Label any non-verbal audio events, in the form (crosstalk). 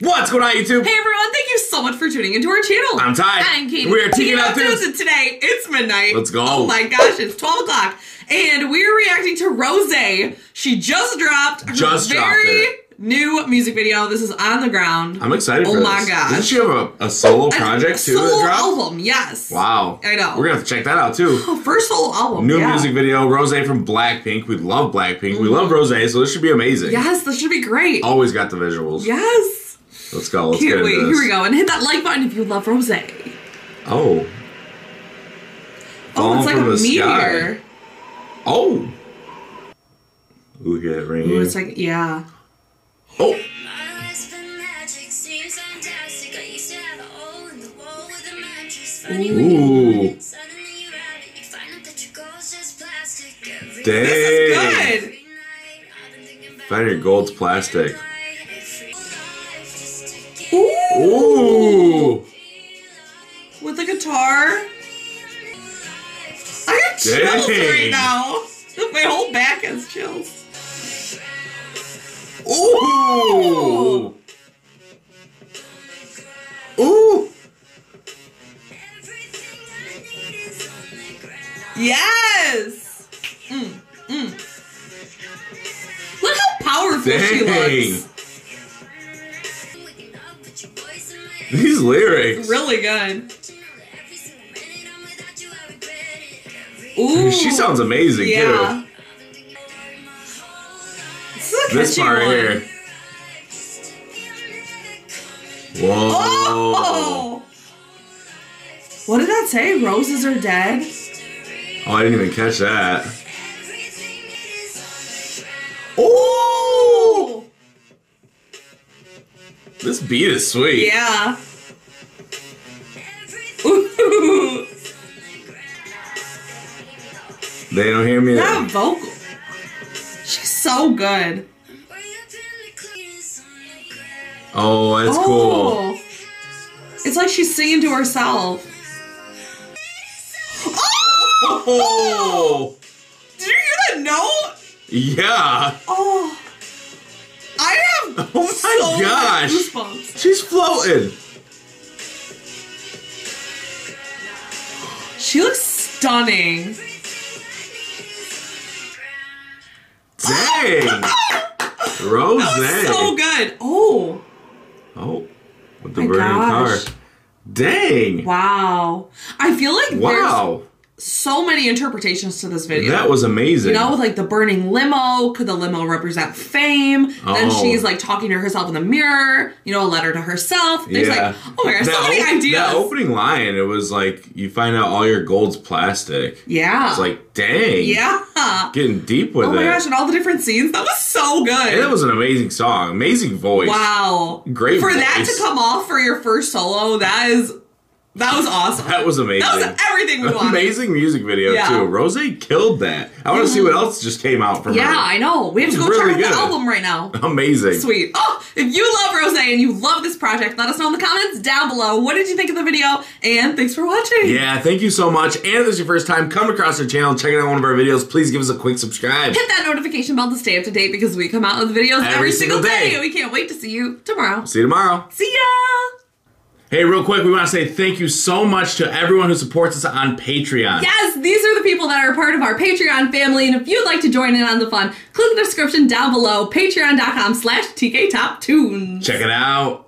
What's going on, YouTube? Hey everyone, thank you so much for tuning into our channel. I'm Ty. I'm Katie. We are Teeking Out Dudes. and today it's midnight. Let's go. Oh my gosh, it's 12 o'clock. And we're reacting to Rose. She just dropped her Just dropped very it. new music video. This is On the Ground. I'm excited Oh for this. my gosh. Didn't she have a, a solo project too Solo that dropped? album, yes. Wow. I know. We're going to have to check that out (laughs) too. First solo album. New yeah. music video, Rose from Blackpink. We love Blackpink. We love Mm-hmm. Rose, so this should be amazing. Yes, this should be great. Always got the visuals. Yes. Oh. Let's go. Let's Can't get wait. into Here this. we go. And hit that like button if you love Rose. Oh. Oh, Falling it's like a from the sky. meteor. Oh. Look at it ringing. Ooh, it's like, yeah. oh. My eyes for magic seems fantastic. I used to have a hole in the wall with a mattress. Funny when you open Ooh. it, suddenly you have it. You find out that your goal's just plastic. Every Dang. This is good. every night, I've been thinking about Find your gold's plastic. every life just to get Ooh. Ooh. with a guitar. I got chills Dang. right now. (laughs) My whole back has chills. Ooh. Ooh. everything I need is on the ground. Yes. Mm, mm. Look how powerful she Dang. looks. I'm waking up with your voice in my head. These lyrics. Really good. You know that every single minute I'm without you, I regret it. Every Ooh. She sounds amazing Yeah. too. I've been thinking about it my whole life. This is a This catchy part one. here. Whoa. Oh. What did that say? Roses are dead. Oh, I didn't even catch that. Oh. This beat is sweet. Yeah. (laughs) Ooh. They don't hear me. That vocal. She's so good. Oh, that's cool. Oh. It's like she's singing (laughs) to herself. Oh! Oh. Did you hear that note? Yeah. Oh. I have (laughs) Oh my so many gosh. goosebumps. She's floating. She looks stunning. Dang. Rose. So good. Oh. Oh, with the My burning gosh. car. Dang. Wow. I feel like Wow. there's so many interpretations to this video. That was amazing. you know, with like the burning limo, could the limo represent fame? Then Oh. she's like talking to herself in the mirror, you know, a letter to herself. There's yeah. like, oh my gosh, so many op- ideas. That opening line, it was like, you find out all your gold's plastic. yeah. It's like, dang. yeah. Getting deep with Oh it. my gosh, and all the different scenes. That was so good. And it was an amazing song. Amazing voice. wow. Great For that voice. to come off for your first solo, that is that was awesome. That was amazing. That was (laughs) everything we wanted. Amazing music video, Yeah. too. Rose killed that. I want to see what else just came out from Yeah, her. I know. We have to It's go really good. check out the album right now. Amazing. Sweet. Oh, if you love Rose and you love this project, let us know in the comments down below. What did you think of the video? And thanks for watching. Yeah, thank you so much. And if this is your first time coming across our channel, checking out one of our videos, please give us a quick subscribe. Hit that notification bell to stay up to date because we come out with videos every, single day. and We can't wait to see you tomorrow. See you tomorrow. See ya! Hey, real quick, we want to say thank you so much to everyone who supports us on Patreon. Yes, these are the people that are part of our Patreon family, and if you'd like to join in on the fun, click the description down below, patreon.com slash TK Top Tunes. Check it out.